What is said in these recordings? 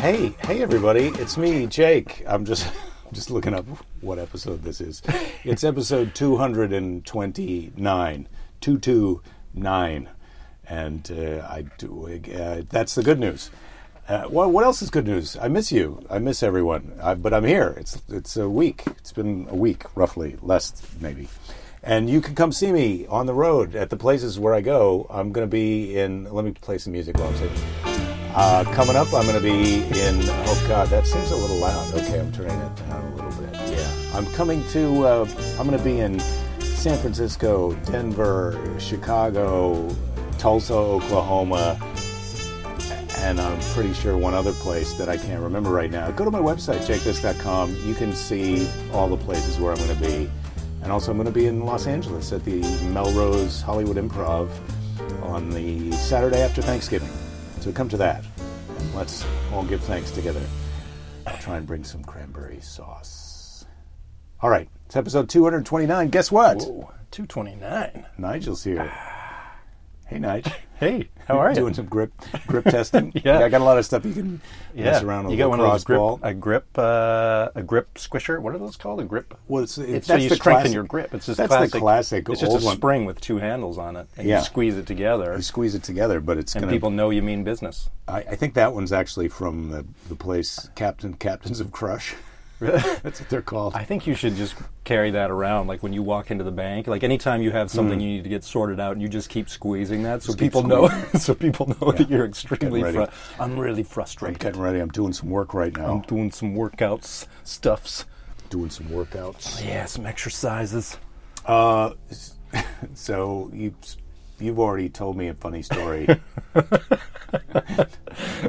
Hey, hey everybody, it's me, Jake. I'm just just looking up what episode this is. It's episode 229. 229. And uh, I do uh, that's the good news. Uh, what, what else is good news? I miss you. I miss everyone. I, but I'm here. It's it's a week. It's been a week, roughly, less maybe. And you can come see me on the road at the places where I go. I'm going to be in. Let me play some music while I'm sitting. Uh, coming up, I'm going to be in. Oh God, that seems a little loud. Okay, I'm turning it down a little bit. Yeah, I'm coming to. Uh, I'm going to be in San Francisco, Denver, Chicago, Tulsa, Oklahoma, and I'm pretty sure one other place that I can't remember right now. Go to my website, jakethis.com. You can see all the places where I'm going to be. And also, I'm going to be in Los Angeles at the Melrose Hollywood Improv on the Saturday after Thanksgiving. So come to that. And let's all give thanks together. I'll try and bring some cranberry sauce. All right, it's episode 229. Guess what? 229. Nigel's here. Hey, Nigel. Hey, how are you? Doing some grip grip testing. Yeah. I got a lot of stuff you can mess around with. you got one of lacrosse those grip, ball. a grip, uh, a grip squisher. What are those called? A grip. Well, it's, it's, It's so that's you the strengthen classic- your grip. It's just that's classic, the classic. It's just old a one. spring with two handles on it, and Yeah. you squeeze it together, You squeeze it together, but it's and gonna. people know you mean business. I, I think that one's actually from the, the place Captain Captains of Crush. that's what they're called. I think you should just carry that around, like when you walk into the bank. Like anytime you have something you need to get sorted out, and you just keep squeezing that, so Hmm. keep people know, so people know that you're extremely. ready. Fru- I'm really I'm frustrated. getting ready. I'm doing some work right now. I'm doing some workouts, stuffs. doing some workouts. Yeah, some exercises. Uh, s- so you you've already told me a funny story.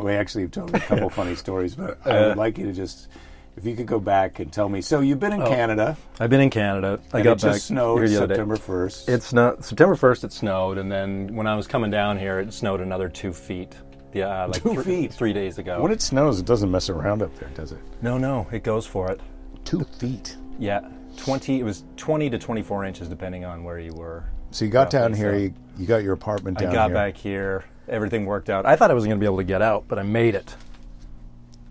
we actually have told me a couple funny stories, but Uh, I would like you to just if you could go back and tell me. So you've been in Canada. I've been in Canada. Oh, I and got it back just snowed here the other day. September first. It snowed September first. It snowed, and then when I was coming down here, it snowed another two feet. Yeah, uh, like Two thr- feet? three days ago. When it snows, it doesn't mess around up there, does it? no, no, it goes for it. Two feet. Yeah, twenty. It was twenty to twenty-four inches, depending on where you were. So you got Roughly down here. so. You, you got your apartment down I got here. back here. Everything worked out. I thought I wasn't going to be able to get out, but I made it.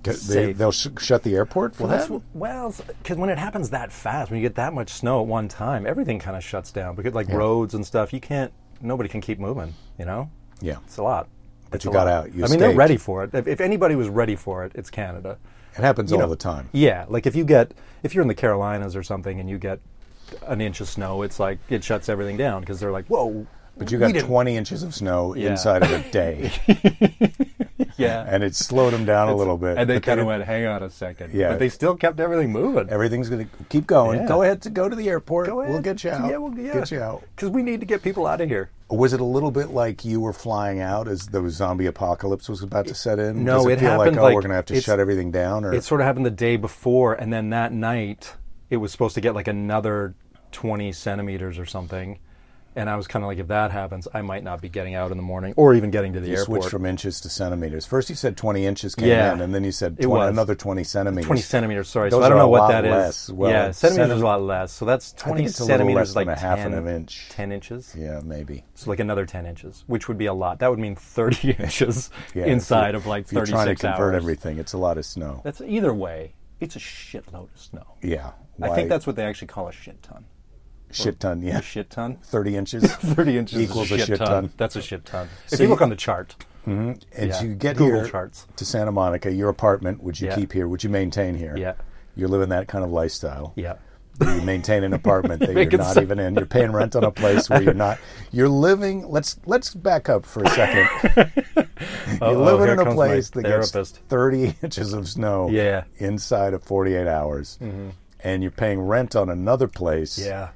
Ca- They, safe. they'll sh- shut the airport for Well, that's that. wh- well, because when it happens that fast, when you get that much snow at one time, everything kind of shuts down. Because like roads and stuff, you can't. Nobody can keep moving. You know. Yeah. It's a lot. But you got out. You I mean, they're stayed. ready for it. If, if anybody was ready for it, it's Canada. It happens all know, the time. Yeah, like if you get if you're in the Carolinas or something and you get an inch of snow, it's like it shuts everything down because they're like, whoa. But you we got didn't- 20 inches of snow Yeah. inside of a day. yeah, and it slowed them down a little bit. and they But kind of went, hang on a second. Yeah. but they still kept everything moving. everything's going to keep going. Yeah. Go ahead to go to the airport. Go We'll ahead. get you out. Yeah, we'll yeah. get you out. because we need to get people out of here. Was it a little bit like you were flying out as the zombie apocalypse was about to set in? No, Does it, it feel happened like oh, like we're going to have to it's- shut everything down, or It sort of happened the day before, and then that night it was supposed to get like another 20 centimeters or something. And I was kind of like, if that happens, I might not be getting out in the morning or even getting to the you airport. switched from inches to centimeters? First, you said 20 inches came Yeah. in, and then you said It 20, was. another 20 centimeters. 20 centimeters, sorry. Those so I don't are a know what lot that is. less. Well, yeah, centimeters centi- is a lot less. So that's 20 it's a little centimeters, less like than a half 10, of an inch. 10 inches. Yeah, maybe. So like another 10 inches, which would be a lot. That would mean 30 inches Yeah, if inside you- of like if you're 36 trying to convert hours. everything, it's a lot of snow. That's either way. It's a shitload of snow. Yeah, I Why- think that's what they actually call a shit ton. shit ton. Yeah, A shit ton. 30 inches. 30 inches is Equals a shit ton. That's a shit ton. So if you you- look on the chart, And Yeah. you get Google here charts. to Santa Monica, your apartment, which you Yeah. keep here, which you maintain here. Yeah. You're living that kind of lifestyle. yeah, You maintain an apartment that Make you're it not sound- even in. You're paying rent on a place where you're not. You're living. Let's let's back up for a second. you're living here in a comes my place that gets therapist. 30 inches of snow Yeah. Mm-hmm. inside of 48 hours, and you're paying rent on another place yeah.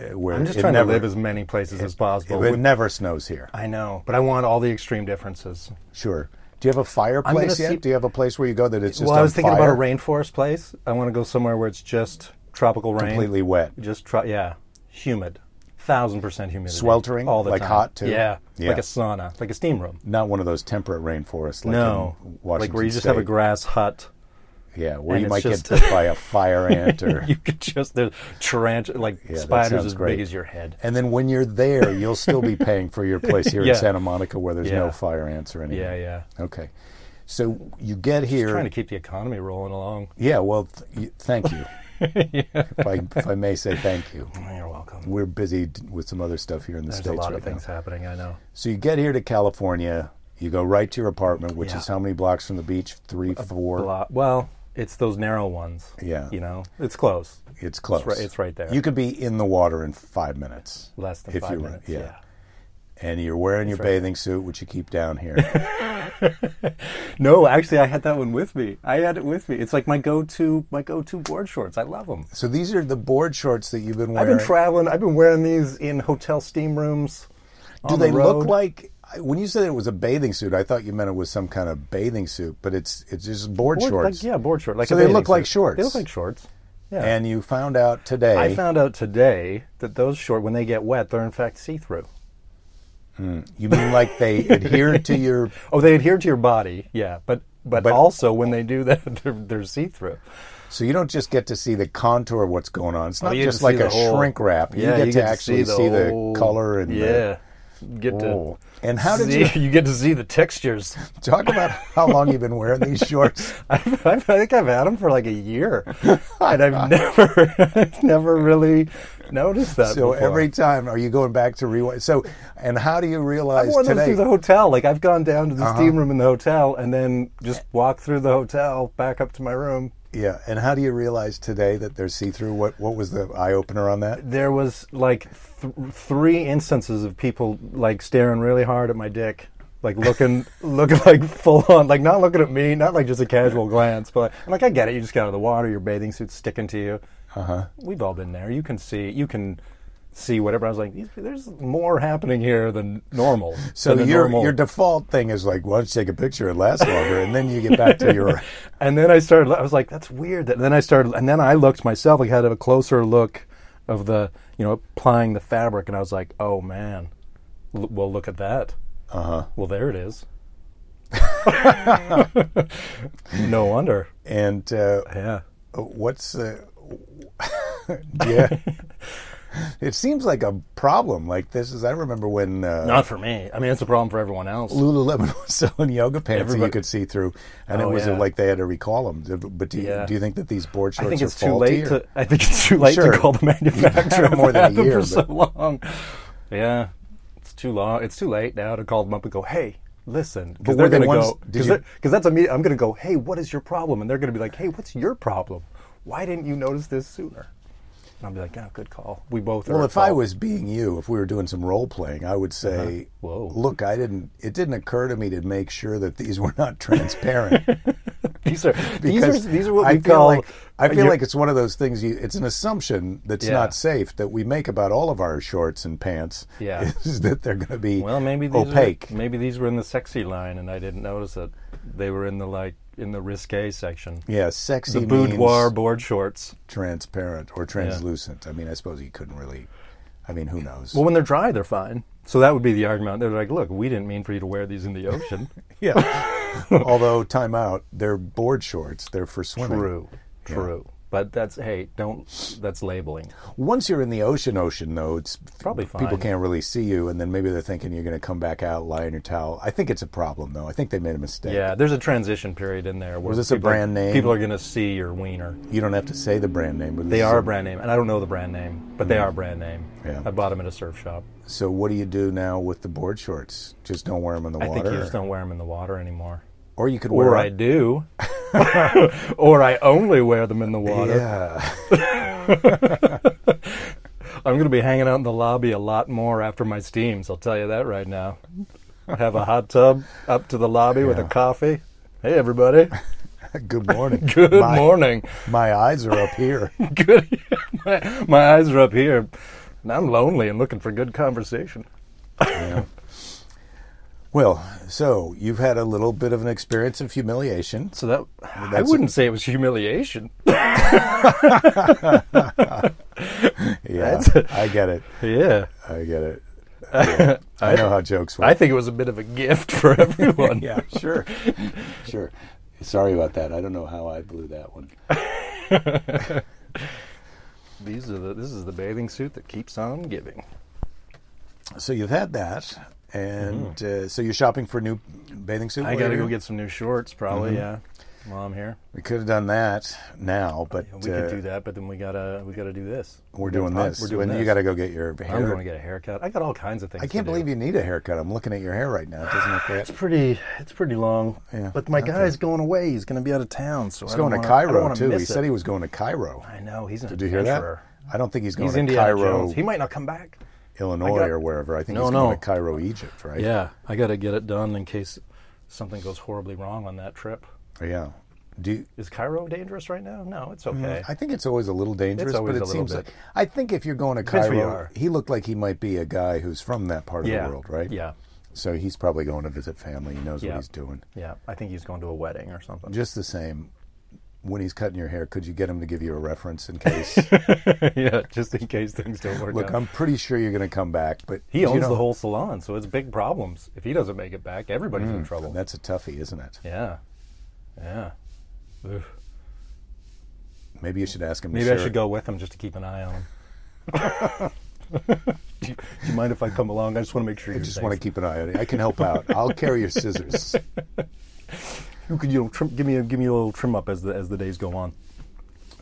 uh, where I'm just it trying never to live as many places as possible. it with- never snows here. I know, but I want all the extreme differences. Sure. Do you have a fireplace see- yet? Do you have a place where you go that it's just well, I on was thinking fire? about a rainforest place. I want to go somewhere where it's just tropical rain, completely wet. just tro- yeah, humid, thousand percent humidity, Sweltering? all the Like time, hot, too? Yeah, Yeah. like a sauna, like a steam room. Not one of those temperate rainforests like no, in Washington like where you just State. have a grass hut. Yeah, where and you it's might just- get bit by a fire ant or You could just there's tarantula like that spiders sounds as great. big as your head. and then when you're there, you'll still be paying for your place here Yeah. in Santa Monica where there's no Yeah. fire ants or anything. Yeah, yeah. Okay. So you get here. Trying to keep the economy rolling along. Yeah, well, th- you- thank you. if, I, if I may say thank you. Oh, You're welcome. We're busy d- with some other stuff here in the There's a States lot right of things now. happening, I know. So you get here to California, you go right to your apartment, which Yeah. is how many blocks from the beach? Three, four? A lot. Well, it's those narrow ones. Yeah. You know, it's close. It's close. right- it's right there. You could be in the water in five minutes. Less than if five you were- minutes. Yeah. And you're wearing your bathing suit, which you keep down here. No, actually, I had that one with me. I had it with me. It's like my go-to, my go-to board shorts. I love them. so these are the board shorts that you've been I've wearing. been traveling. I've been wearing these in hotel steam rooms. Do on they the look road. like? I- When you said it was a bathing suit, I thought you meant it was some kind of bathing suit, but it's it's just board, Board- shorts. Like, yeah, board shorts. Like So a they bathing look like suit. shorts. They look like shorts. Yeah. And you found out today. I found out today that those shorts, when they get wet, they're in fact see-through. you mean like they adhere to your? Oh, they adhere to your body. Yeah, but but, But- also when they do that, they're, they're see-through. So you don't just get to see the contour of what's going on. It's not Oh, you just see like the a whole- shrink wrap. Yeah, you get to to actually see the, whole- color and the- yeah, get to. Oh. And how did see- you You get to see the textures. talk about how long you've been wearing these shorts? I've, I've, I think I've had them for like a year, and I've never, I've never really noticed that. So before. every time, are you going back to rewind? So, and how do you I've realize worn those today? through the hotel. Like I've gone down to the steam room in the hotel, and then just walked through the hotel back up to my room. yeah, and how do you realize today that they're see-through? What what was the eye opener on that? There was like th- three instances of people like staring really hard at my dick. Like looking, looking like full on, like not looking at me, not like just a casual glance, but like, I'm like, I get it. You just got out of the water, your bathing suit's sticking to you. Uh huh. we've all been there. You can see, you can see whatever. I was like, "These- there's more happening here than normal. So than the your normal." your default thing is like, why don't you take a picture? It lasts longer, and then you get back to your. and then I started. I was like, that's weird. And then I started, and then I looked myself. Like had a closer look of the, you know, applying the fabric, and I was like, oh man, L- well look at that. Uh huh. Well, there it is. no wonder. And uh, Yeah. what's uh, yeah? it seems like a problem. Like this is. I remember when. Uh, Not for me. I mean, it's a problem for everyone else. Lululemon was selling yoga pants that you Everybody- could see through, and Oh, it was uh, yeah. like they had to recall them. But do you, Yeah. do you think that these board I shorts think are it's too faulty? late or- to. I think it's too late Sure. to call the manufacturer more more than a than them year, for so long. Yeah, it's too long. It's too late now to call them up and go, "Hey, listen," But because were they're they going to ones- go. did you- Because that's immediate. I'm going to go, "Hey, what is your problem?" And they're going to be like, "Hey, what's your problem? Why didn't you notice this sooner?" And I'll be like, "Yeah, good call. We both are." Well, at if I fault." Uh-huh. was being you, if we were doing some role playing, I would say, Whoa. "Look, I didn't. It didn't occur to me to make sure that these were not transparent." these are these are because these are what I we feel call. like I feel you're- like it's one of those things. You, it's an assumption that's Yeah. not safe that we make about all of our shorts and pants. Yeah. is that they're going to be Well, maybe these opaque. Were, maybe these were in the sexy line, and I didn't notice it. They were in the like in the risque section. yeah, sexy the boudoir means board shorts. transparent or translucent. I mean, I suppose you couldn't really. I mean, who knows? Well, when they're dry, they're fine. So that would be the argument. They're like, look, we didn't mean for you to wear these in the ocean. yeah. Although, time out. They're board shorts. They're for swimming. true, true. But that's hey, don't. That's labeling. Once you're in the ocean, ocean though, it's Probably People fine. can't really see you, and then maybe they're thinking you're going to come back out, lie in your towel. I think it's a problem though. I think they made a mistake. Yeah, there's a transition period in there. Where Was this a people are- brand name? People are going to see your wiener. You don't have to say the brand name, but They this is are a- a brand name, and I don't know the brand name, but they are a brand name. Yeah. I bought them at a surf shop. So what do you do now with the board shorts? Just don't wear them in the I think water, you just don't wear them in the water anymore. or you could wear. Or I do, or I only wear them in the water. yeah, I'm going to be hanging out in the lobby a lot more after my steams. I'll tell you that right now. Have a hot tub up to the lobby with a Yeah. coffee. Hey, everybody. good morning. Good my, morning. My eyes are up here. Good. my, my eyes are up here, and I'm lonely and looking for good conversation. well, so you've had a little bit of an experience of humiliation. So that I that's- wouldn't say it was humiliation. Yeah, That's a- I get it. yeah. I get it. Yeah. I know how jokes work. I think it was a bit of a gift for everyone. yeah, sure, sure. Sorry about that. I don't know how I blew that one. These are the this is the bathing suit that keeps on giving. So you've had that, And uh, so you're shopping for a new bathing suit? Mm-hmm. I while got to you're go here? get some new shorts, probably. Mm-hmm. Yeah, while I'm here, We could have done that now, but we uh, could do that. But then we gotta we gotta do this. we're doing this. We're doing When this. You got to go get your hair. I'm going to get a haircut. I got all kinds of things. I can't believe you need a haircut. I'm looking at your hair right now. It doesn't look that. It's pretty. It's pretty long. Yeah, But my okay. guy's going away. He's going to be out of town. So He's going to Cairo too. He said he was going to Cairo. I know. He's an Did you hear that? adventurer. I don't think he's going He's to Indiana Cairo, Jones. He might not come back. Illinois, I got- or wherever. I think No, he's going no. to Cairo, Egypt, right? Yeah, I got to get it done in case something goes horribly wrong on that trip. Yeah. Do you- Is Cairo dangerous right now? No, it's okay. Mm, I think it's always a little dangerous, always but a it little seems bit. like I think if you're going to Depends who you Cairo, are. he looked like he might be a guy who's from that part of Yeah. the world, right? Yeah. So he's probably going to visit family. He knows Yeah. what he's doing. yeah, I think he's going to a wedding or something. Just the same, when he's cutting your hair, could you get him to give you a reference in case? yeah, just in case things don't work Look, out. I'm pretty sure you're going to come back, but He you owns know- the whole salon, so it's big problems. If he doesn't make it back, everybody's in trouble. That's a toughie, isn't it? yeah, yeah. Ugh. Maybe you should ask him. Maybe to I share- should go with him just to keep an eye on him. do, you, do you mind if I come along? I just want to make sure I you just want to keep an eye on it. I can help out. I'll carry your scissors. You could you know, trim, give me a, give me a little trim up as the as the days go on.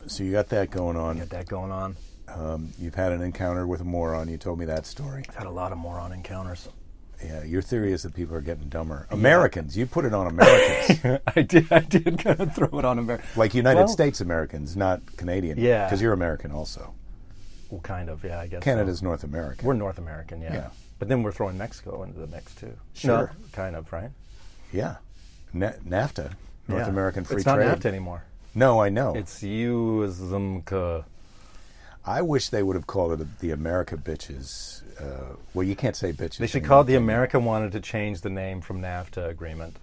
So you got that going on. Got that going on. Um, you've had an encounter with a moron. You told me that story. I've had a lot of moron encounters. Yeah, your theory is that people are getting dumber. Americans, you put it on Americans, I did I did kind of throw it on him. like United Well- States Americans, not Canadian. Yeah. because you're American also. Well, kind of, yeah, I guess. so. Canada's North America. We're North American, yeah. Yeah. But then we're throwing Mexico into the mix too. Sure. No, kind of, right? yeah, Na- NAFTA, North Yeah. American Free it's Trade. not NAFTA anymore. No, I know. It's USMCA. I wish they would have called it the America bitches. Uh, well, you can't say bitches. They should anymore. call it the America wanted to change the name from NAFTA agreement.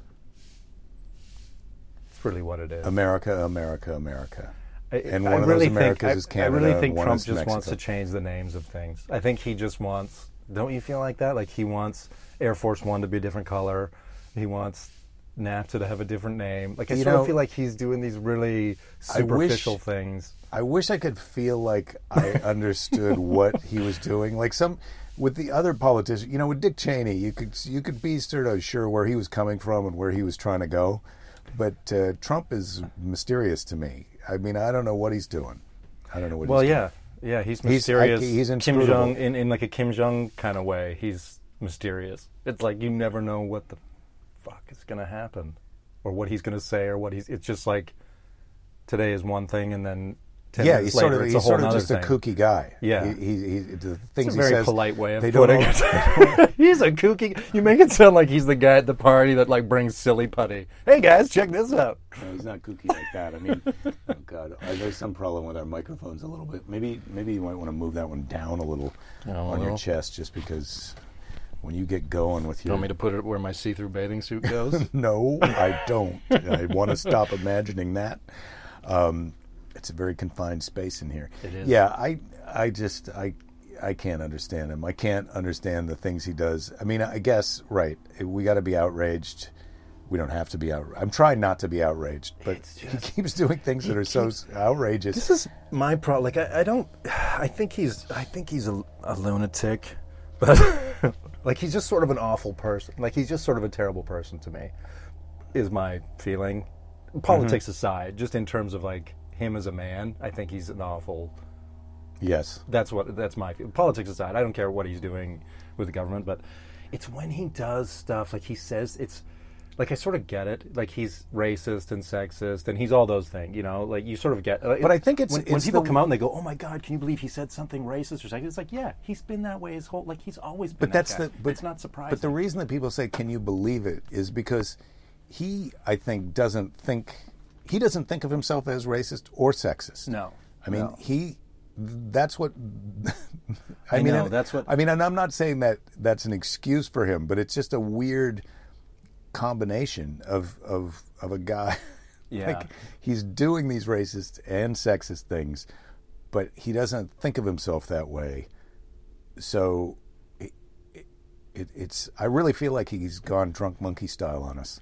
That's really what it is. America, America, America. I- Um, and I one of really those Americas think, I- is Canada. I really think and one Trump is just wants to Mexico. change the names of things. I think he just wants. Don't you feel like that? Like he wants Air Force One to be a different color. He wants NAFTA to have a different name. Like I You sort know, of feel like he's doing these really I wish- superficial things. I wish I could feel like I understood what he was doing. Like some with the other politician, you know, with Dick Cheney, you could you could be sort of sure where he was coming from and where he was trying to go. But uh, Trump is mysterious to me. I mean, I don't know what he's doing. I don't know what. Well, he's yeah, yeah. He's He's- I- mysterious. he's Kim inscrutable. Jong in, in like a Kim Jong kind of way. He's mysterious. It's like you never know what the fuck is gonna happen, or what he's gonna say, or what he's. It's just like today is one thing, and then ten Doing. Yeah, minutes he's later sort of he's it's a whole sort of nother just a thing. kooky guy. Yeah. he, he, he, the things It's a he very says, polite way of they don't putting all- it. he's a kooky. You make it sound like he's the guy at the party that like brings silly putty. Hey guys, check this out. No, he's not kooky like that. I mean, oh God, uh, there's some problem with our microphones a little bit. Maybe, maybe you might want to move that one down a little Down a on your little. chest, just because when you get going with You your want me to put it where my see-through bathing suit goes? no, I don't. I want to stop imagining that. Um, it's a very confined space in here. It is. Yeah, I, I just, I, I can't understand him. I can't understand the things he does. I mean, I guess right. We got to be outraged. We don't have to be outraged. I'm trying not to be outraged, but he keeps doing things that are so s- outrageous. This is my problem. Like I, I don't. I think he's. I think he's a, a lunatic, but like he's just sort of an awful person. Like he's just sort of a terrible person to me. Is my feeling. Politics aside, just in terms of like him as a man, I think he's an awful. yes. That's what. That's my feel- politics aside. I don't care what he's doing with the government, but it's when he does stuff like he says it's. Like I sort of get it. Like he's racist and sexist, and he's all those things. You know, like you sort of get. But I think it's- when, when it's people the- come out and they go, "Oh my God, can you believe he said something racist or sexist?" It's like, yeah, he's been that way his whole. Like he's always been. But that's that guy. the. But, it's not surprising. But the reason that people say, "Can you believe it?" is because he, I think, doesn't think he doesn't think of himself as racist or sexist. No. I mean No. he. That's what. I, I mean, know, and- that's what- I mean, and I'm not saying that that's an excuse for him, but it's just a weird combination of of of a guy. Yeah. like he's doing these racist and sexist things, but he doesn't think of himself that way so it, it, it's I really feel like he's gone drunk monkey style on us.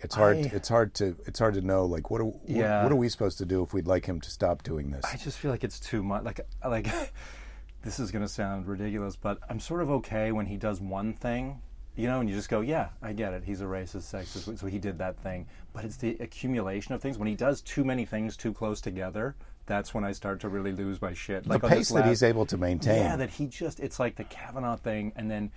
It's hard. I- it's hard to. It's hard to know. Like, what are what, Yeah. what are we supposed to do if we'd like him to stop doing this? I just feel like it's too much. Like, like this is going to sound ridiculous, but I'm sort of okay when he does one thing you know, and you just go, yeah, I get it. He's a racist, sexist. So he did that thing. But it's the accumulation of things. When he does too many things too close together, that's when I start to really lose my shit. the on this pace that last- he's able to maintain. yeah, that he just, it's like the Kavanaugh thing, and then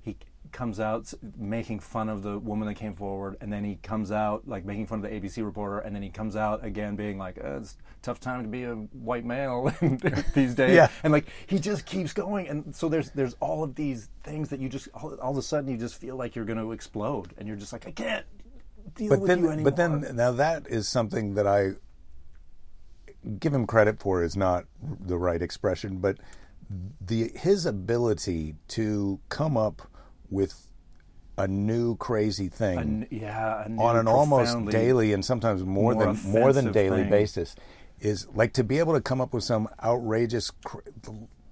he comes out s- making fun of the woman that came forward, and then he comes out like making fun of the ABC reporter, and then he comes out again being like, uh, it's a tough time to be a white male these days. Yeah. And like, he just keeps going. And so there's there's all of these things that you just, all, all of a sudden, you just feel like you're going to explode, and you're just like, I can't deal but with then, you anymore. but then now that is something that I give him credit for is not the right expression, but the his ability to come up with a new crazy thing N- yeah, a new on an almost profoundly- daily and sometimes more more, than more than offensive daily thing. basis is like to be able to come up with some outrageous cr-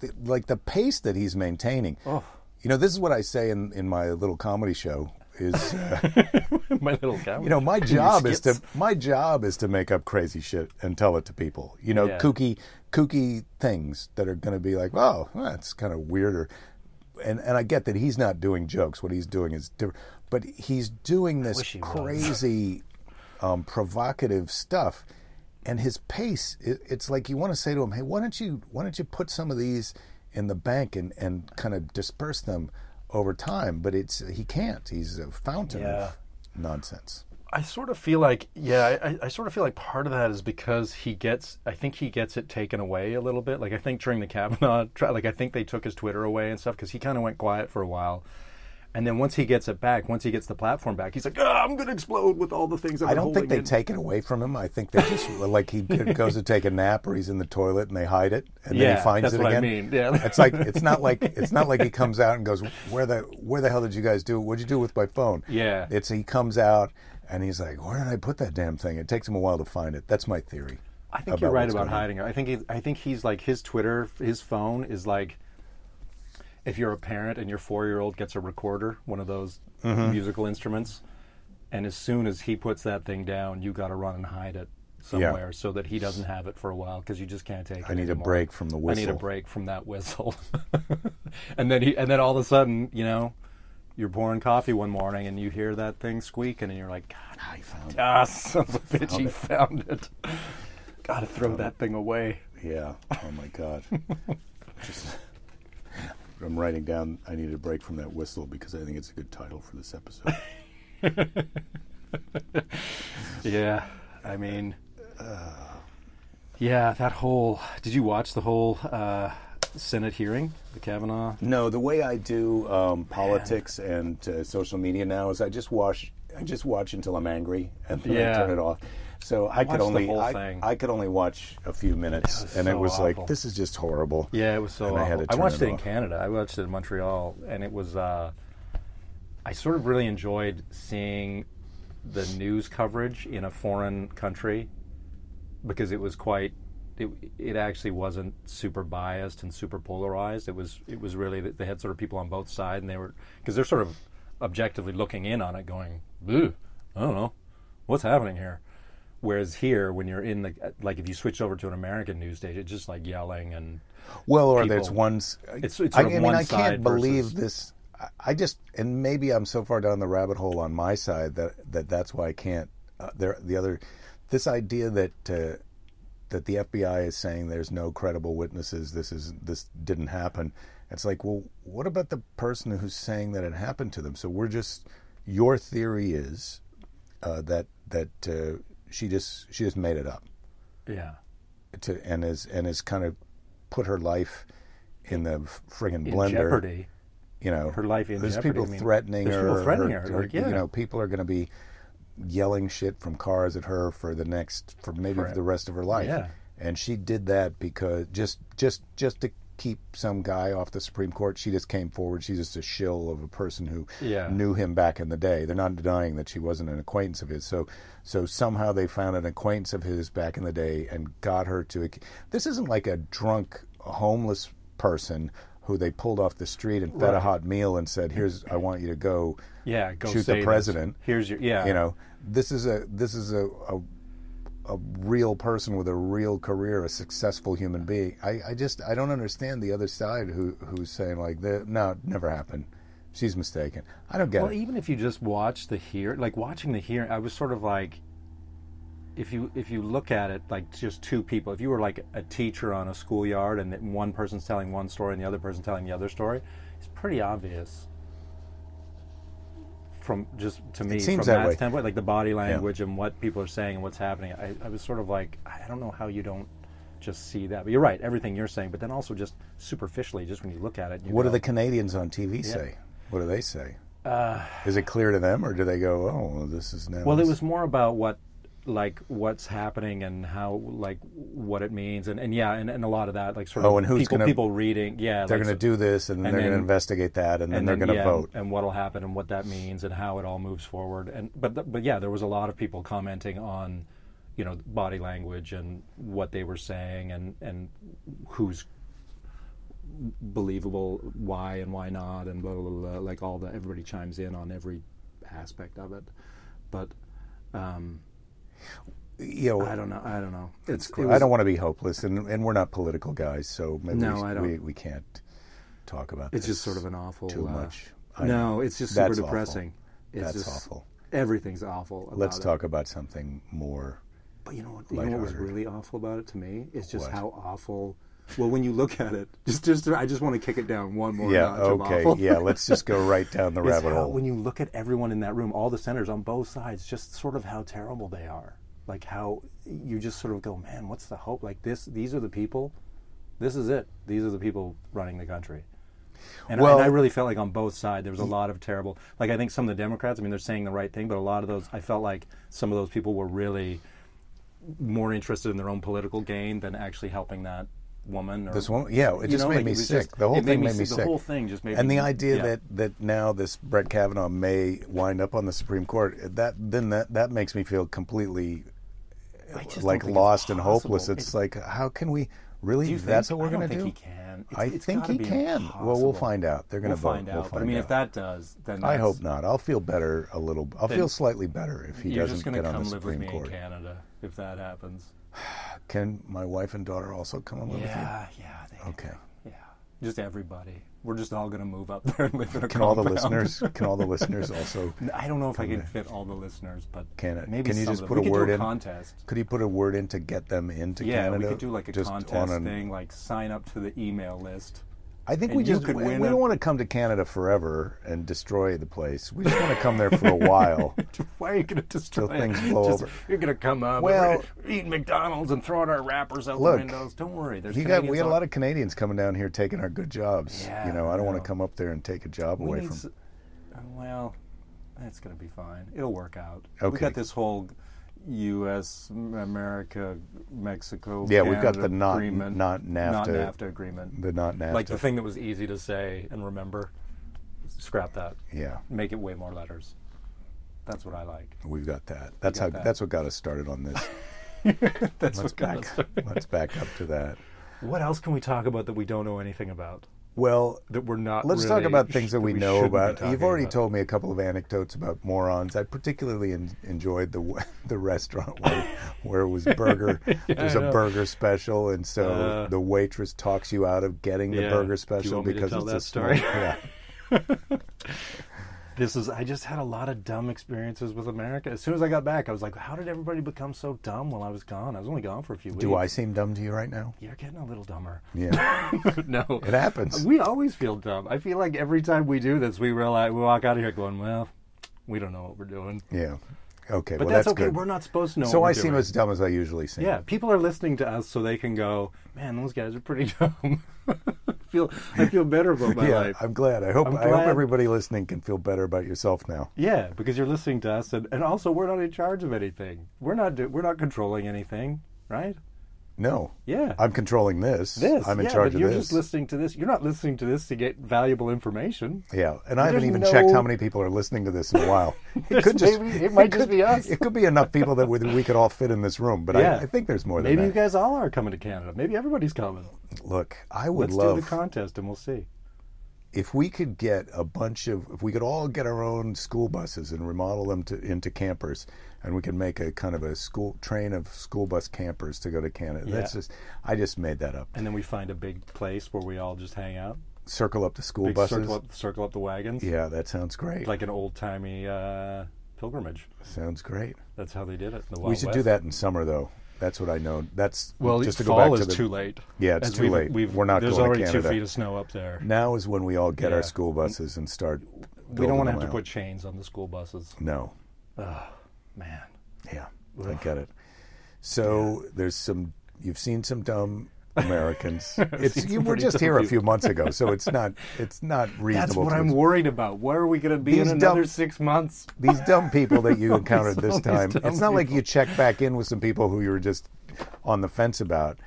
th- like the pace that he's maintaining. Oh. You know, this is what I say in in my little comedy show is my little guy. you know my job is to my job is to make up crazy shit and tell it to people you know Yeah. kooky kooky things that are going to be like oh well, that's kind of weirder and and i get that he's not doing jokes what he's doing is different but he's doing this wish he was. crazy um, provocative stuff and his pace it, it's like you want to say to him hey why don't you why don't you put some of these in the bank and and kind of disperse them over time but it's he can't he's a fountain Yeah. of nonsense I sort of feel like, yeah, I, I- I sort of feel like part of that is because he gets, I think he gets it taken away a little bit. Like, I think during the Kavanaugh trial, like, I think they took his Twitter away and stuff because he kind of went quiet for a while. And then once he gets it back, once he gets the platform back, he's like, "Ah, I'm going to explode with all the things I I've been don't think holding they in." take it away from him. I think they just like he goes to take a nap or he's in the toilet and they hide it and then he Yeah, finds that's it what I again. mean, yeah. It's like it's not like it's not like he comes out and goes, "Where the where the hell did you guys do? it? What'd you do with my phone?" Yeah. It's he comes out and he's like, "Where did I put that damn thing?" It takes him a while to find it. That's my theory. I think you're right what's about going on. hiding it. I think he, I think he's like his Twitter, his phone is like if you're a parent and your four year old gets a recorder, one of those Mm-hmm. musical instruments, and as soon as he puts that thing down, you got to run and hide it somewhere so that he doesn't have it for a while because you just can't take it. I need a anymore. break from the I need a whistle. break from that whistle, and then he and then all of a sudden, you know. You're pouring coffee one morning and you hear that thing squeaking and you're like, God, I found it. ah, son of a bitch, he found it. Gotta throw that thing away. Yeah. Oh my god. Just- I'm writing down. I need a break from that whistle because I think it's a good title for this episode. Yeah, I mean, yeah, that whole. Did you watch the whole uh, Senate hearing, the Kavanaugh? No, the way I do um, politics and uh, social media now is I just watch. I just watch until I'm angry, and then I Yeah. turn it off. So I, watched could the only whole I, thing. I could only watch a few minutes, was and it so was like awful. this is just horrible. Yeah, it was so. And I awful. I, had to turn watched it it, in off. Canada. I watched it in Montreal, and it was. Uh, I sort of really enjoyed seeing the news coverage in a foreign country because it was quite. It, it actually wasn't super biased and super polarized. It was it was really that they had sort of people on both sides, and they were because they're sort of objectively looking in on it, going, "Ugh, I don't know what's happening here." Whereas here, when you're in the like, if you switch over to an American news stage, it's just like yelling and Well, or people. there's ones. It's- it's I, sort of I mean, one I can't side believe versus- this. I- I just, and maybe I'm so far down the rabbit hole on my side that that that's why I can't. Uh, there, the other, this idea that uh, that the FBI is saying there's no credible witnesses. This is this didn't happen. It's like, well, what about the person who's saying that it happened to them? So we're just. Your theory is uh, that that uh, she just she just made it up yeah. to and is and is kind of put her life in the f- friggin' in blender. jeopardy. You know, Her life in there's jeopardy, People I mean, threatening there's her, people threatening her, like, You yeah. know, people are going to be yelling shit from cars at her for the next for maybe for the rest of her life. Yeah. And she did that because just just just to keep some guy off the Supreme Court, she just came forward. She's just a shill of a person who Yeah. knew him back in the day. They're not denying that she wasn't an acquaintance of his. So so somehow they found an acquaintance of his back in the day and got her to. ac- This isn't like a drunk homeless person who they pulled off the street and fed a hot meal and said, "Here's I want you to go." Yeah, go shoot say the this. president. Here's your yeah. You know, this is a this is a, a a real person with a real career, a successful human being. I, I just I don't understand the other side who who's saying like the no, it never happened. she's mistaken. I don't get Well, it. even if you just watch the hear, like watching the hearing, I was sort of like, if you if you look at it like just two people, if you were like a teacher on a schoolyard and that one person's telling one story and the other person telling the other story, it's pretty obvious. From just to me, seems from that that, way. standpoint, like the body language and what people are saying and what's happening, I, I was sort of like, I don't know how you don't just see that. But you're right, everything you're saying, but then also just superficially, just when you look at it, you What do go, the Canadians on TV say? What do they say? is it clear to them, or do they go, "Oh, well, this is now"? Uh, Well, it was more about what, like, what's happening and how, like, what it means, and, and yeah, and, and a lot of that, like, sort Oh, of and who's people, gonna- people reading, yeah, they're like, going to so- do this, and, then and they're going then- to investigate that, and then and they're then, going to yeah, vote. and what'll happen and what that means and how it all moves forward, and but th- but yeah, there was a lot of people commenting on, you know, body language and what they were saying and and who's believable, why and why not, and blah blah blah, blah like all the everybody chimes in on every aspect of it, but. Um, you know, I don't know. I don't know. It's, I don't want to be hopeless, and, and we're not political guys, so maybe No, we, I don't. We, we can't talk about. It's this just sort of an awful. too uh, much. I know. No, it's just super That's awful. depressing. It's That's just, awful. Everything's awful. About Let's it. talk about something more. But you know what? You know what was lighthearted. really awful about it to me? It's just What? how awful. Well, when you look at it, just just I just want to kick it down one more. yeah. notch of Okay. awful. Yeah. Let's just go right down the It's rabbit how- hole. When you look at everyone in that room, all the centers on both sides, just sort of how terrible they are. Like how you just sort of go, man, what's the hope? Like this, these are the people. This is it. These are the people running the country. And, Well- I, and I really felt like on both sides there was a lot of terrible. Like I think some of the Democrats, I mean, they're saying the right thing, but a lot of those, I felt like some of those people were really more interested in their own political gain than actually helping that woman. Or, This one, yeah, it you just know, made like, me it was sick. just- the whole it thing made me, made me the sick. whole thing just made and me. the idea yeah. that that now this Brett Kavanaugh may wind up on the Supreme Court that then that that makes me feel completely I just don't like think it's lost and hopeless. possible. It's like how can we really? Do you that's think- what we're I going don't to do. think he can. It's- I it's think gotta he be can. Well, we'll impossible. find out. They're going We'll to vote. find We'll out. find But I mean, out. if that does, then I that's- hope not. I'll feel better a little. I'll feel slightly better if he You're doesn't just going get to on come the live with Supreme me Court. in Canada if that happens. Can my wife and daughter also come and live with Yeah, yeah. I think- you? Okay. Yeah. Just everybody. We're just all going to move up there and live in a Can all the compound. listeners? Can all the listeners also? I don't know if I can fit all the listeners, but Can it- maybe can you some just of put them. a we could word do a in? contest. Could he put a word in to get them into Yeah, Canada? we could do like a Just on contest an- thing, like sign up to the email list. I think and we you just could we, win we a- don't want to come to Canada forever and destroy the place. We just want to come there for a while. Why are you going to destroy it? things blow Just- over. You're going to come up, Well- well, eat McDonald's and throwing our wrappers out Look, the windows. Don't worry. There's You got, we Canadians had a on- lot of Canadians coming down here taking our good jobs. Yeah, you know, I don't want no. to come up there and take a job We away need from. s- uh, well, that's going to be fine. It'll work out. Okay. We've got this whole U.S., M- America, Mexico. Yeah, we've got Canada the not- agreement, not NAFTA. non-NAFTA agreement. the not NAFTA. Like the thing that was easy to say and remember. Scrap that. yeah, Make it way more letters. That's what I like. we've got that. That's got how. that. That's what got us started on this. That's Let's what got back. us. let's back up to that. What else can we talk about that we don't know anything about? Well, That we're not. Let's talk really about sh- things that we, know shouldn't be about. You've talking already about. told me a couple of anecdotes about morons. I particularly en- enjoyed the w- the restaurant one where it was burger. There's I a know. burger special, and so Uh, the waitress talks you out of getting the yeah. Do burger you special want me to because tell it's a that small- story? yeah. this is i just had a lot of dumb experiences with america as soon as i got back i was like how did everybody become so dumb while i was gone i was only gone for a few weeks Do I seem dumb to you right now? you're getting a little dumber Yeah, no it happens. we always feel dumb i feel like every time we do this we realize we walk out of here going well we don't know what we're doing Yeah. Okay. but well, that's, that's, okay good. we're not supposed to know so what I we're seem doing. as dumb as I usually seem. yeah people are listening to us so they can go man those guys are pretty dumb I feel i feel better about my Yeah, life I'm glad. I hope. I'm I hope glad- everybody listening can feel better about yourself now. Yeah, because you're listening to us, and, and also we're not in charge of anything. We're not do, we're not controlling anything, right? No. Yeah. I'm controlling this. this, I'm in yeah, charge but of you're this. just listening to this. You're not listening to this to get valuable information. Yeah, and I haven't There's even checked no- how many people are listening to this in a while. It There's maybe- it might could- just be us. It could be enough people that we, we could all fit in this room, but Yeah. I, I think there's more Maybe than you that. guys all are coming to Canada. Maybe everybody's coming. Look, I would Let's do the love contest, and we'll see. if we could get a bunch of if we could all get our own school buses and remodel them to, into campers, and we could make a kind of a school train of school bus campers to go to Canada. That's Yeah. just I just made that up. And then we find a big place where we all just hang out. circle up the school Big buses. circle up, circle up the wagons. Yeah, that sounds great. Like an old timey uh, pilgrimage. sounds great. That's how they did it. in The Wild We should do West. that in summer, though. That's what I know. That's Well, just to go fall back is to the, too late. Yeah, it's As too we've- late. We've, We're not there's going to already Canada. two feet of snow up there. Now is when we all get Yeah. our school buses and start. we don't building want to have them to out. put chains on the school buses. No, Man, yeah, I get it. So there's some. You've seen some dumb Americans. it's seen you some were pretty just dumb here a people. few months ago, so it's not. It's not reasonable. that's what to I'm ex- worried about. Where are we going to be These in dumb- another six months? These dumb people that you encountered this all these time. It's dumb not like you check back in with some people who you were just on the fence about.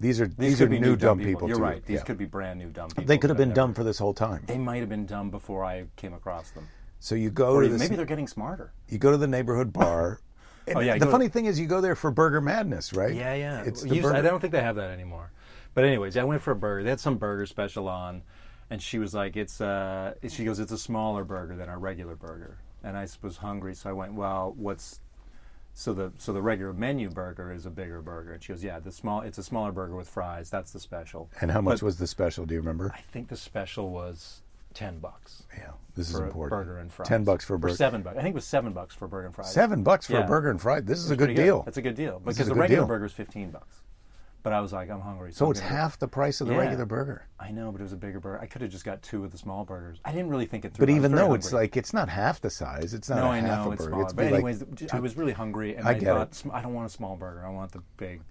These are these, are could be new dumb people. You're too. right. These Yeah. could be brand new dumb people. They could have that I been never- dumb for this whole time. They might have been dumb before I came across them. So you go Or to even- this, maybe they're getting smarter. you go to the neighborhood bar. And Oh, yeah, you the go- funny thing is, you go there for Burger Madness, right? Yeah, yeah. It's You the used- I burger. don't think they have that anymore. But anyways, I went for a burger. They had some burger special on, and she was like, "It's uh," she goes, "It's a smaller burger than our regular burger." And I was hungry, so I went, "Well, what's so the so the regular menu burger is a bigger burger?" And she goes, "Yeah, the small it's a smaller burger with fries. That's the special." And how much was the special? Do you remember? I think the special was ten bucks Yeah, this is for a important. burger and fries. Ten bucks for a Or burger. Seven bucks. I think it was seven bucks for a burger and fries. Seven bucks for Yeah. a burger and fries. This is a Pretty good deal. That's a good deal is because a the good regular deal. burger is fifteen bucks. But I was like, I'm hungry. so I'm it's gonna- half the price of the Yeah. regular burger. I know, but it was a bigger burger. I could have just got two of the small burgers. I didn't really think it through. But I was even very though it's hungry. like it's not half the size, it's not no, a I half know a it's burger. smaller. it's But be like- anyways, j- I was really hungry, and I I, get thought it. "Sm- I don't want a small burger. I want the big,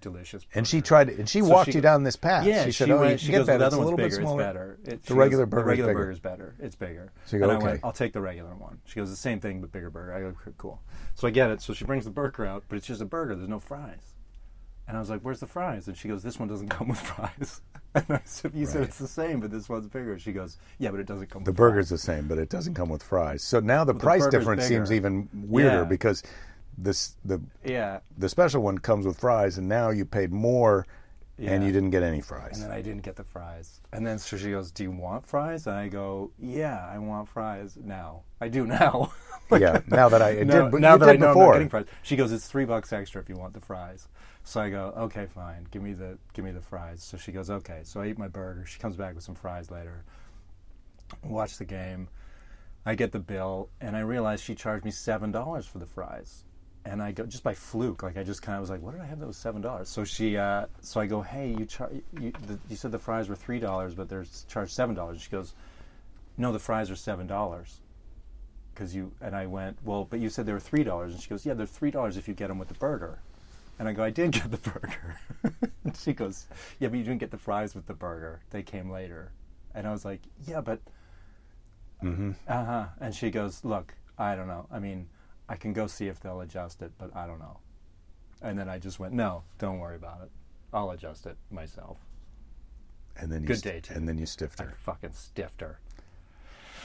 delicious. Burger. and she tried, and she walked she you go- down this path. Yeah, she said, she "Oh, you went, can she get goes, that. "Well, the It's other a little one's bit bigger. smaller." It's better. It- she regular goes, burger is The regular bigger. burger's better. It's bigger. So you go, and I "Okay." went, I'll take the regular one. She goes, the same thing but bigger burger. I go, "Okay, cool. So I get it. So she brings the burger out, but it's just a burger. There's no fries. And I was like, where's the fries? And she goes, this one doesn't come with fries. And I said, you said Right. it's the same, but this one's bigger. She goes, yeah, but it doesn't come The with burger's fries. the same, but it doesn't come with fries. So now the price burger's difference bigger. seems even weirder Yeah. because this the Yeah. the special one comes with fries, and now you paid more, and Yeah. you didn't get any fries. And then I didn't get the fries. And then so she goes, "Do you want fries?" And I go, "Yeah, I want fries now. I do now." Yeah, now that I- I now, did, but now you that did I know I'm before. not getting fries. She goes, "It's three bucks extra if you want the fries." So I go, "Okay, fine. Give me the give me the fries." So she goes, "Okay." So I eat my burger. She comes back with some fries later. Watch the game. I get the bill, and I realize she charged me seven dollars for the fries. And I go just by fluke, like I just kind of was like, "What did I have that was seven dollars?" So she, uh, so I go, "Hey, you char- you, the, you said the fries were three dollars, but they're s- charged seven dollars." She goes, "No, the fries are seven dollars." Because you and I went, "Well, but you said they were three dollars," and she goes, "Yeah, they're three dollars if you get them with the burger." And I go, "I did get the burger." and she goes, "Yeah, but you didn't get the fries with the burger; they came later." And I was like, "Yeah, but." Uh huh. And she goes, Look, I don't know. I mean, I can go see if they'll adjust it, but I don't know. And then I just went, No, don't worry about it. I'll adjust it myself. And then you Good st- day to you. and then you stiffed I her. fucking stiffed her.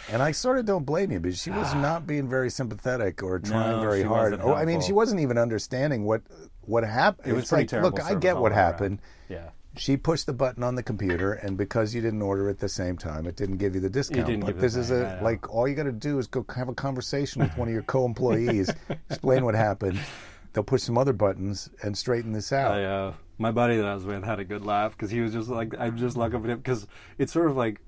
And I sort of don't blame you, but she was not being very sympathetic or trying Ah. No, very she hard. wasn't oh, I mean, helpful. she wasn't even understanding what what happened. It was It's pretty like, terrible. Look, I service get all what the way around. happened. Yeah. She pushed the button on the computer, and because you didn't order at the same time, it didn't give you the discount. didn't but give it this is back, a I know. like all you got to do is go have a conversation with one of your co-employees, explain what happened. They'll push some other buttons and straighten this out. I, uh, my buddy that I was with had a good laugh because he was just like, I'm just looking at him because it's sort of like,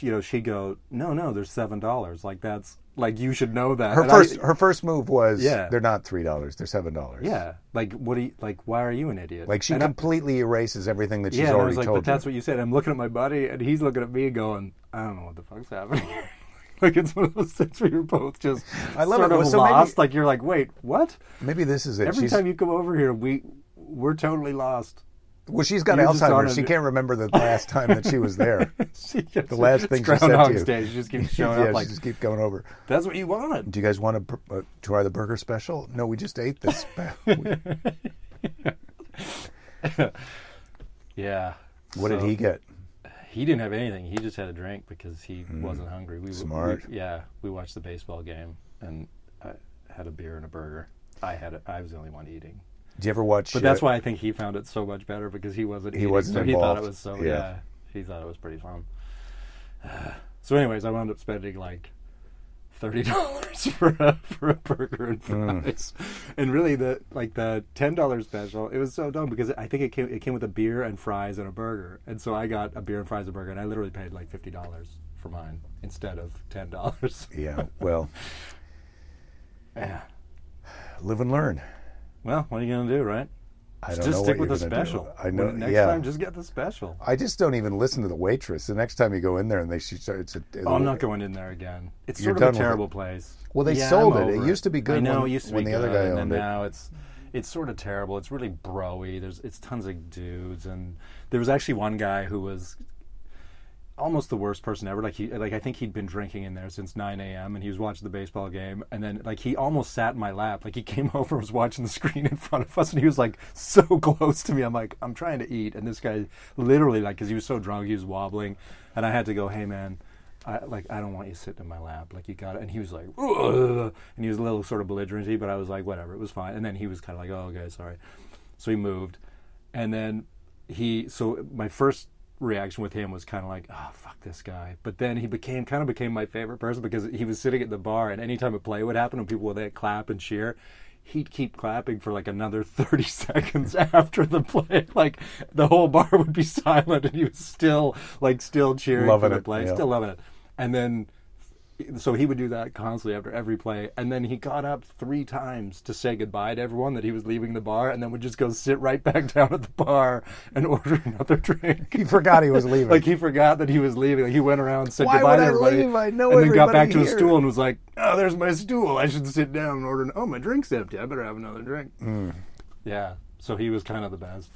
you know, she'd go, No, no, there's $7. Like, that's, like, you should know that. Her And I- first her first move was Yeah. they're not three dollars, they're seven dollars. yeah. Like, what do you, like, why are you an idiot? Like she And I- completely erases everything that she's yeah, and I already was like, told but that's you. what you said. I'm looking at my buddy, and he's looking at me, going, I don't know what the fuck's happening. like it's one of those things where you're both just I love sort it. of So maybe- lost. like you're like, wait, what? Maybe this is it. Every she's, time you come over here, we we're totally lost. well, she's got you're just on Alzheimer's. a- She can't remember the last time that she was there. she just, The last thing it's she said Groundhog's to you. Day. She just keeps showing yeah, up like she just keep going over. that's what you wanted. Do you guys want to bur- uh, try the burger special? No, we just ate this. We- Yeah. what did So- he get? He didn't have anything. He just had a drink because he wasn't hungry. We, Hmm. Smart. we- yeah, we watched the baseball game and I had a beer and a burger. I had. A, I was the only one eating. Do you ever watch? uh, But that's why I think he found it so much better because he wasn't. He eating, wasn't so He thought involved. it was so. Yeah. Yeah. he thought it was pretty fun. so, anyways, I wound up spending like thirty dollars for a for a burger and Hmm. fries, and really the like the ten dollars special. It was so dumb because I think it came it came with a beer and fries and a burger, and so I got a beer and fries and a burger, and I literally paid like fifty dollars for mine instead of ten dollars. Yeah. Well, yeah. live and learn. Well, what are you gonna do, right? I don't just know stick what with the you're gonna do. special. I know. When- next yeah. time, just get the special. I just don't even listen to the waitress. The next time you go in there and they she starts, it's a, Oh, I'm not going in there again. It's You're sort of done a with terrible place. Well, they Yeah, sold I'm it. It over used to be good I know when- it used to when be the other good, guy and owned it. then now it's it's sort of terrible. It's really broy. There's it's tons of dudes, and there was actually one guy who was almost the worst person ever. Like he like I think he'd been drinking in there since 9 a.m. and he was watching the baseball game, and then like he almost sat in my lap. Like he came over, was watching the screen in front of us, and he was like so close to me. I'm like I'm trying to eat, and this guy literally like because he was so drunk, he was wobbling, and I had to go, hey man. I, like I don't want you sitting in my lap, like you got it. And he was like, "Ugh," and he was a little sort of belligerenty, but I was like, whatever, it was fine. And then he was kind of like, oh, okay, sorry. So he moved, and then he. So my first reaction with him was kind of like, oh, fuck this guy. But then he became kind of became my favorite person because he was sitting at the bar, and anytime a play would happen, and people would like, clap and cheer. He'd keep clapping for like another 30 seconds after the play. Like the whole bar would be silent and he was still, like, still cheering Loving for the it, play, yeah. still loving it. And then so he would do that constantly after every play and then he got up three times to say goodbye to everyone that he was leaving the bar and then would just go sit right back down at the bar and order another drink he forgot he was leaving. like he forgot that he was leaving like he went around and said Why goodbye would to I everybody leave? I know and then got back everybody to his here. stool and was like oh there's my stool i should sit down and order an- oh my drink's empty i better have another drink Hmm. yeah so he was kind of the best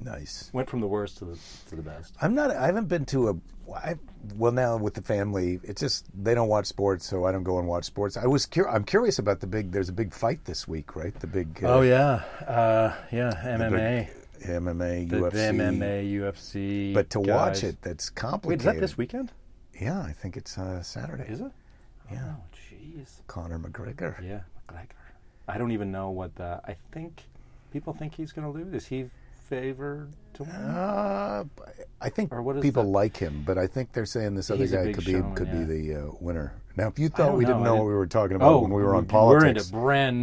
nice. went from the worst to the to the best I'm not. I haven't been to a. I, well, now with the family, it's just they don't watch sports, so I don't go and watch sports. I was. Cur- I'm curious about the big. There's a big fight this week, right? The big. Uh, Oh, yeah uh, yeah mma MMA, the, UFC. the MMA, UFC. But to watch guys. it, that's Wait, complicated. is that this weekend? Yeah, I think it's uh, Saturday. Is it? Yeah. Oh, jeez. Conor McGregor. Yeah, McGregor. I don't even know what the. I think people think he's going to lose. Is he favored to win? Uh, I think Or what is people that? like him, but I think they're saying this other He's a guy big could be showman, could yeah. be the uh, winner. Now, if you I thought don't we didn't know, I know what didn't- Oh, we were talking about when we were on We're into politics, brand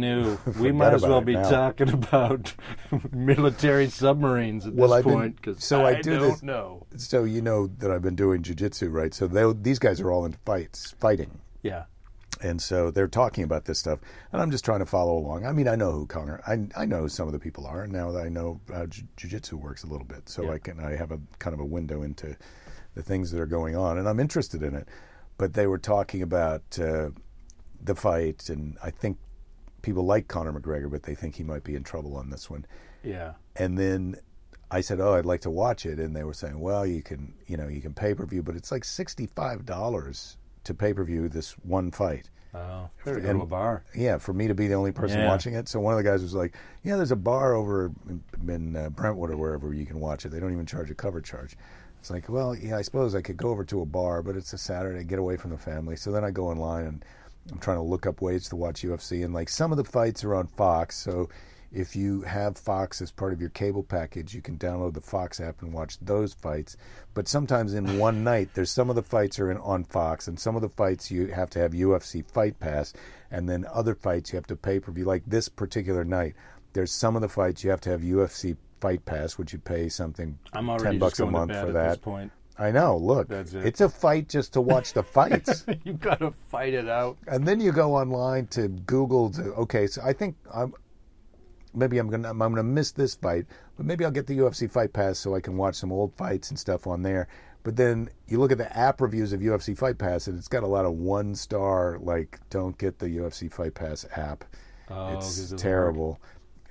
new. we might as about well it be now. talking about military submarines at Well, this I've been- point because so I I, do not this- know. so you know that I've been doing jujitsu, right? So they, these guys are all in fights, fighting, Yeah. and so they're talking about this stuff, and I'm just trying to follow along. I mean, I know who Connor, I I know who some of the people are, and now that I know how ju- jujitsu works a little bit, so I can I have a kind of a window into the things that are going on, and I'm interested in it. But they were talking about uh, the fight, and I think people like Conor McGregor, but they think he might be in trouble on this one Yeah. and then I said, "Oh, I'd like to watch it," and they were saying, "Well, you can, you know, you can pay per view, but it's like sixty five dollars to pay per view this one fight." Oh, better go to a bar. Yeah, for me to be the only person Yeah. watching it. So one of the guys was like, "Yeah, there's a bar over in, in uh, Brentwood or wherever you can watch it. They don't even charge a cover charge." It's like, well, yeah, I suppose I could go over to a bar, but it's a Saturday, get away from the family. So then I go online and I'm trying to look up ways to watch UFC, and like some of the fights are on Fox, so. If you have Fox as part of your cable package, you can download the Fox app and watch those fights. But sometimes in one night, there's some of the fights are in, on Fox, and some of the fights you have to have UFC Fight Pass, and then other fights you have to pay per view. Like this particular night, there's some of the fights you have to have UFC Fight Pass, which you pay something I'm already ten just bucks a going to month bed for at that. this point. I know. Look, That's it. it's a fight just to watch the fights. you got to fight it out. And then you go online to Google. To, okay, so I think I'm maybe I'm gonna I'm gonna miss this fight, but maybe I'll get the UFC Fight Pass so I can watch some old fights and stuff on there. But then you look at the app reviews of UFC Fight Pass, and it's got a lot of one star like "Don't get the UFC Fight Pass app, Oh, 'cause of it's the word. terrible."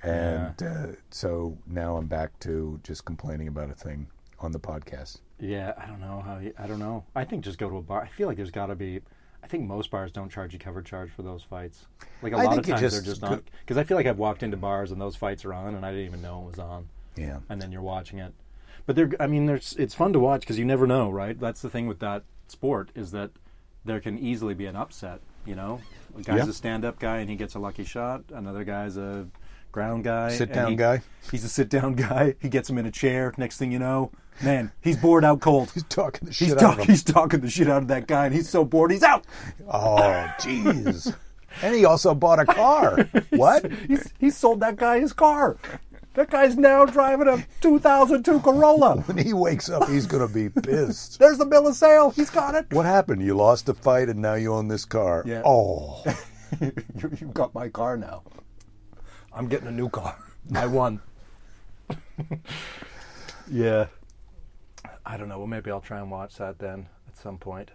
And uh, so now I'm back to just complaining about a thing on the podcast. Yeah, I don't know how. You, I don't know. I think just go to a bar. I feel like there's got to be. I think most bars don't charge you cover charge for those fights. Like a I lot think of you times just they're just go- on. Because I feel like I've walked into bars and those fights are on, and I didn't even know it was on. Yeah. And then you're watching it, but they're. I mean, there's. It's fun to watch because you never know, right? That's the thing with that sport is that there can easily be an upset. You know, a guy's Yeah. a stand-up guy and he gets a lucky shot. Another guy's a ground guy. Sit and down he- guy. He's a sit down guy. He gets him in a chair. Next thing you know, man, he's bored out cold. He's talking the shit He's, out talk- of him. he's talking the shit out of that guy, and he's so bored, he's out. Oh, jeez. and he also bought a car. what? He's, he sold that guy his car. That guy's now driving a 2002 Corolla. When he wakes up, he's going to be pissed. There's the bill of sale. He's got it. What happened? You lost a fight and now you own this car. Yeah. Oh. you, you've got my car now. I'm getting a new car. I won. yeah. I don't know. Well, maybe I'll try and watch that then at some point.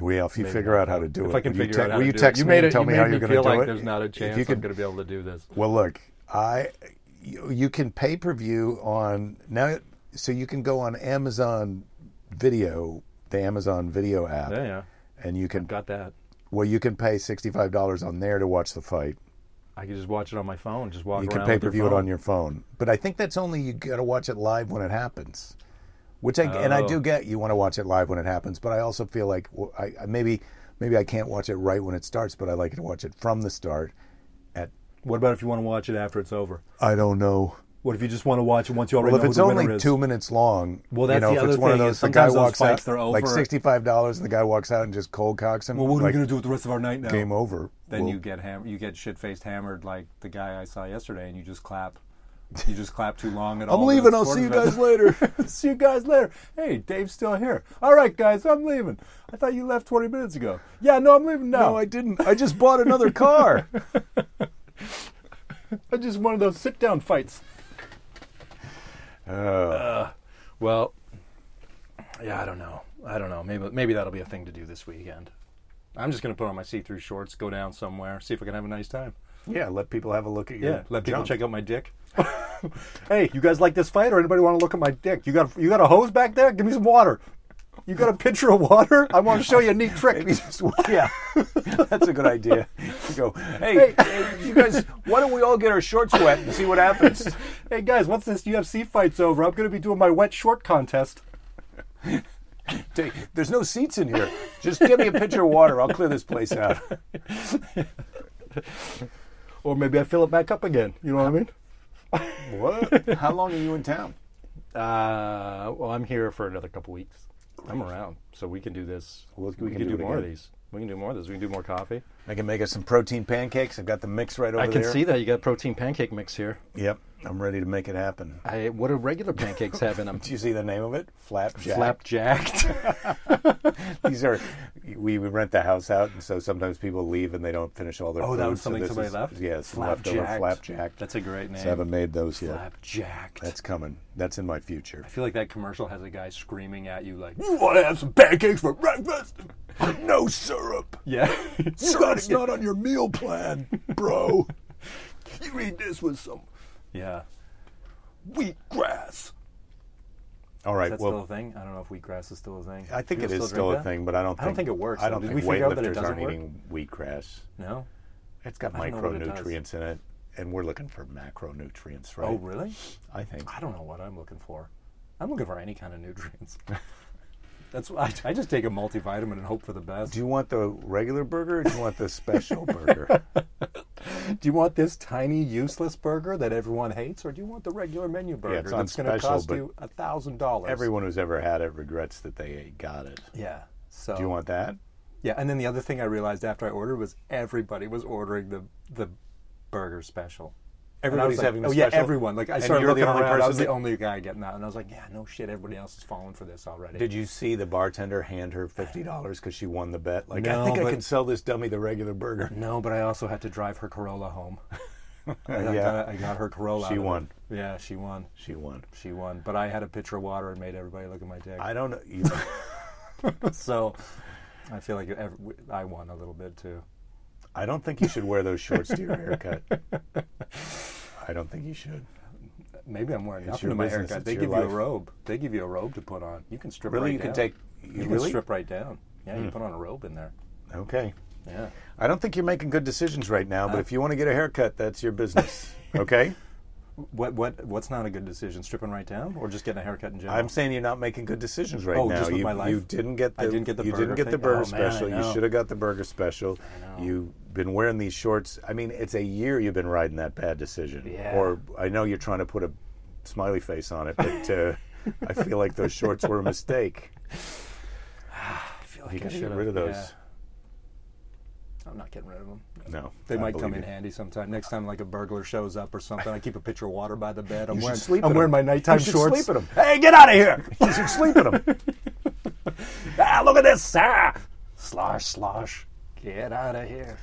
Well, if you Maybe figure not. out how to do it, If I can will you figure te- out how will to you do text it. You me made and it- tell you me made how you're going to feel do like it? There's not a If chance you I'm can- going to be able to do this. Well, look, I you, you can pay per view on now, so you can go on Amazon Video, the Amazon Video app, Yeah, yeah. and you can Got that. well, you can pay sixty five dollars on there to watch the fight. I can just watch it on my phone. Just walk You can around. with pay your per view it phone. on your phone, but I think that's only you got to watch it live when it happens. Which I and I Oh. do get you want to watch it live when it happens, but I also feel like well, I, I maybe maybe I can't watch it right when it starts, but I like to watch it from the start. At What about if you want to watch it after it's over? I don't know. What if you just want to watch it once you already Well, if know it's who the winner only is? two minutes long, Well, you that's know, the if other it's one of thing those, is the guy sometimes those walks out fights, they're like over. sixty-five dollars, and the guy walks out and just cold cocks him. Well, what are like, we going to do with the rest of our night now? Game over. Then Well, you get ham- you get shit faced hammered like the guy I saw yesterday, and you just clap. You just clap too long at all. I'm the leaving. I'll see you sporting guys events. later. see you guys later. Hey, Dave's still here. All right, guys, I'm leaving. I thought you left 20 minutes ago. Yeah, no, I'm leaving now. No, I didn't. I just bought another car. I just one of those sit down fights. Oh. Well, yeah, I don't know. I don't know. Maybe maybe that'll be a thing to do this weekend. I'm just gonna put on my see-through shorts, go down somewhere, see if I can have a nice time. yeah, let people have a look at your. Yeah, let people junk. check out my dick. hey, you guys like this fight, or anybody want to look at my dick? You got you got a hose back there? Give me some water. You got a pitcher of water? I want to show you a neat trick. Maybe just yeah, that's a good idea. You go, hey, hey, you guys, why don't we all get our shorts wet and see what happens? hey guys, once this UFC fight's over, I'm gonna be doing my wet short contest. Take, there's no seats in here. Just give me a pitcher of water. I'll clear this place out. Or maybe I fill it back up again. You know what I mean? What? How long are you in town? Uh, well, I'm here for another couple weeks. I'm around, so we can do this. Well, we, can, do, more of these. We can do more of this. We can do more coffee. I can make us some protein pancakes. I've got the mix right over I can there. see that you got protein pancake mix here. Yep, I'm ready to make it happen. I, what do regular pancakes have in them? Do you see the name of it? Flapjack. Flapjacked. These are we would rent the house out, and so sometimes people leave and they don't finish all their. oh, that food, was so something this somebody is- left. Yeah, some leftover flapjack. That's a great name. So I haven't made those yet. Flapjacked. That's coming. That's in my future. I feel like that commercial has a guy screaming at you like, "You want to have some pancakes for breakfast?" no syrup. Yeah. You got it's not on your meal plan, bro. you eat this with some yeah wheatgrass. All Is right. that well, still a thing? I don't know if wheatgrass is still a thing. I think it People is drink still a that? thing, but I don't. I don't think it works, I though. don't Did think we figure out that it weightlifters doesn't aren't work? eating wheatgrass. No. It's got I don't know what it does. micronutrients in it, and we're looking for macronutrients, right? Oh, really? I think. I don't know what I'm looking for. I'm looking for any kind of nutrients. That's why I, I just take a multivitamin and hope for the best. Do you want the regular burger or do you want the special burger? Do you want this tiny, useless burger that everyone hates, or do you want the regular menu burger it's on that's going to special, cost but you a thousand dollars? Everyone who's ever had it regrets that they got it. yeah. So Do you want that? yeah, and then the other thing I realized after I ordered was everybody was ordering the the burger special. And I Everybody's was like, having the oh yeah, special? everyone. Like I And started you're the looking only around. I was person the that- only guy getting that, and I was like, yeah, no shit, everybody else is falling for this already. Did you see the bartender hand her fifty dollars because she won the bet? Like, I No, think I but- can sell this dummy the regular burger. No, but I also had to drive her Corolla home. Yeah. I, got, I got her Corolla. She out of won. it. Yeah, she won. She won. She won. But I had a pitcher of water and made everybody look at my dick. I don't know. You, so I feel like ev- I won a little bit too. I don't think you should wear those shorts to your haircut. I don't think you should. Maybe I'm wearing nothing your to my business. haircut. It's They your give you life. a robe. They give you a robe to put on. You can strip. Really, right you can down. take. You You can really? Hmm. strip right down. Yeah, you put on a robe in there. Okay. Yeah. I don't think you're making good decisions right now, Uh. but if you want to get a haircut, that's your business. Okay? What what what's not a good decision? Stripping right down or just getting a haircut in general? I'm saying you're not making good decisions right Oh, now. just with you, my life? you didn't get the I didn't get the you burger didn't get the thing? burger Oh, man, I special. you know. should have got the burger special. know. You been wearing these shorts. I mean, it's a year you've been riding that bad decision. Yeah. Or I know you're trying to put a smiley face on it, but uh, I feel like those shorts were a mistake. I feel You like got to I get should've- rid of those. yeah. I'm not getting rid of them. No, They I might believe come you. in handy sometime. Next time, like a burglar shows up or something, I keep a pitcher of water by the bed. I'm You should wearing, sleep I'm in wearing my them. nighttime you should shorts. Sleep in 'em. Hey, get out of here! You should sleep in them. ah, look at this! Ah! slosh, slosh. Get out of here.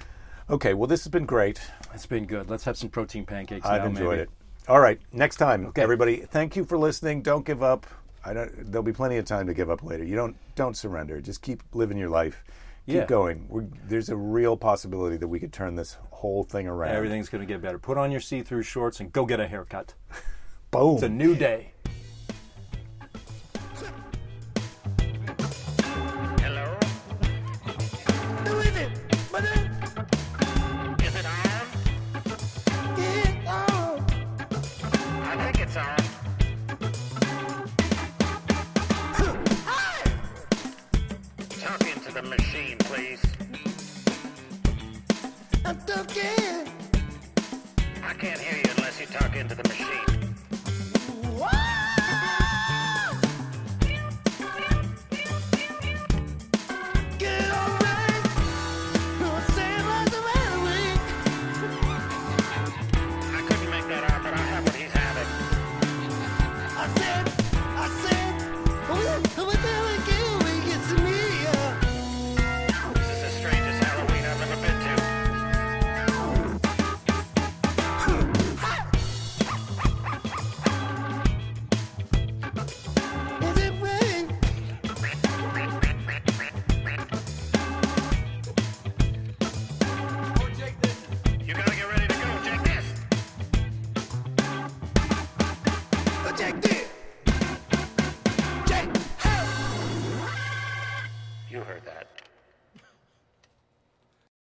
Okay, well, this has been great. It's been good. Let's have some protein pancakes. I've now, enjoyed maybe. it. All right, next time, everybody. Thank you for listening. Don't give up. I don't. There'll be plenty of time to give up later. You don't. Don't surrender. Just keep living your life. Keep Yeah. going. We're, there's a real possibility that we could turn this whole thing around. Everything's going to get better. Put on your see-through shorts and go get a haircut. Boom. It's a new day. Hello? Who is it? What is it? Is it on? It's on. I think it's on. Hi! Talk into the machine, please. I'm talking. I can't hear you unless you talk into the machine.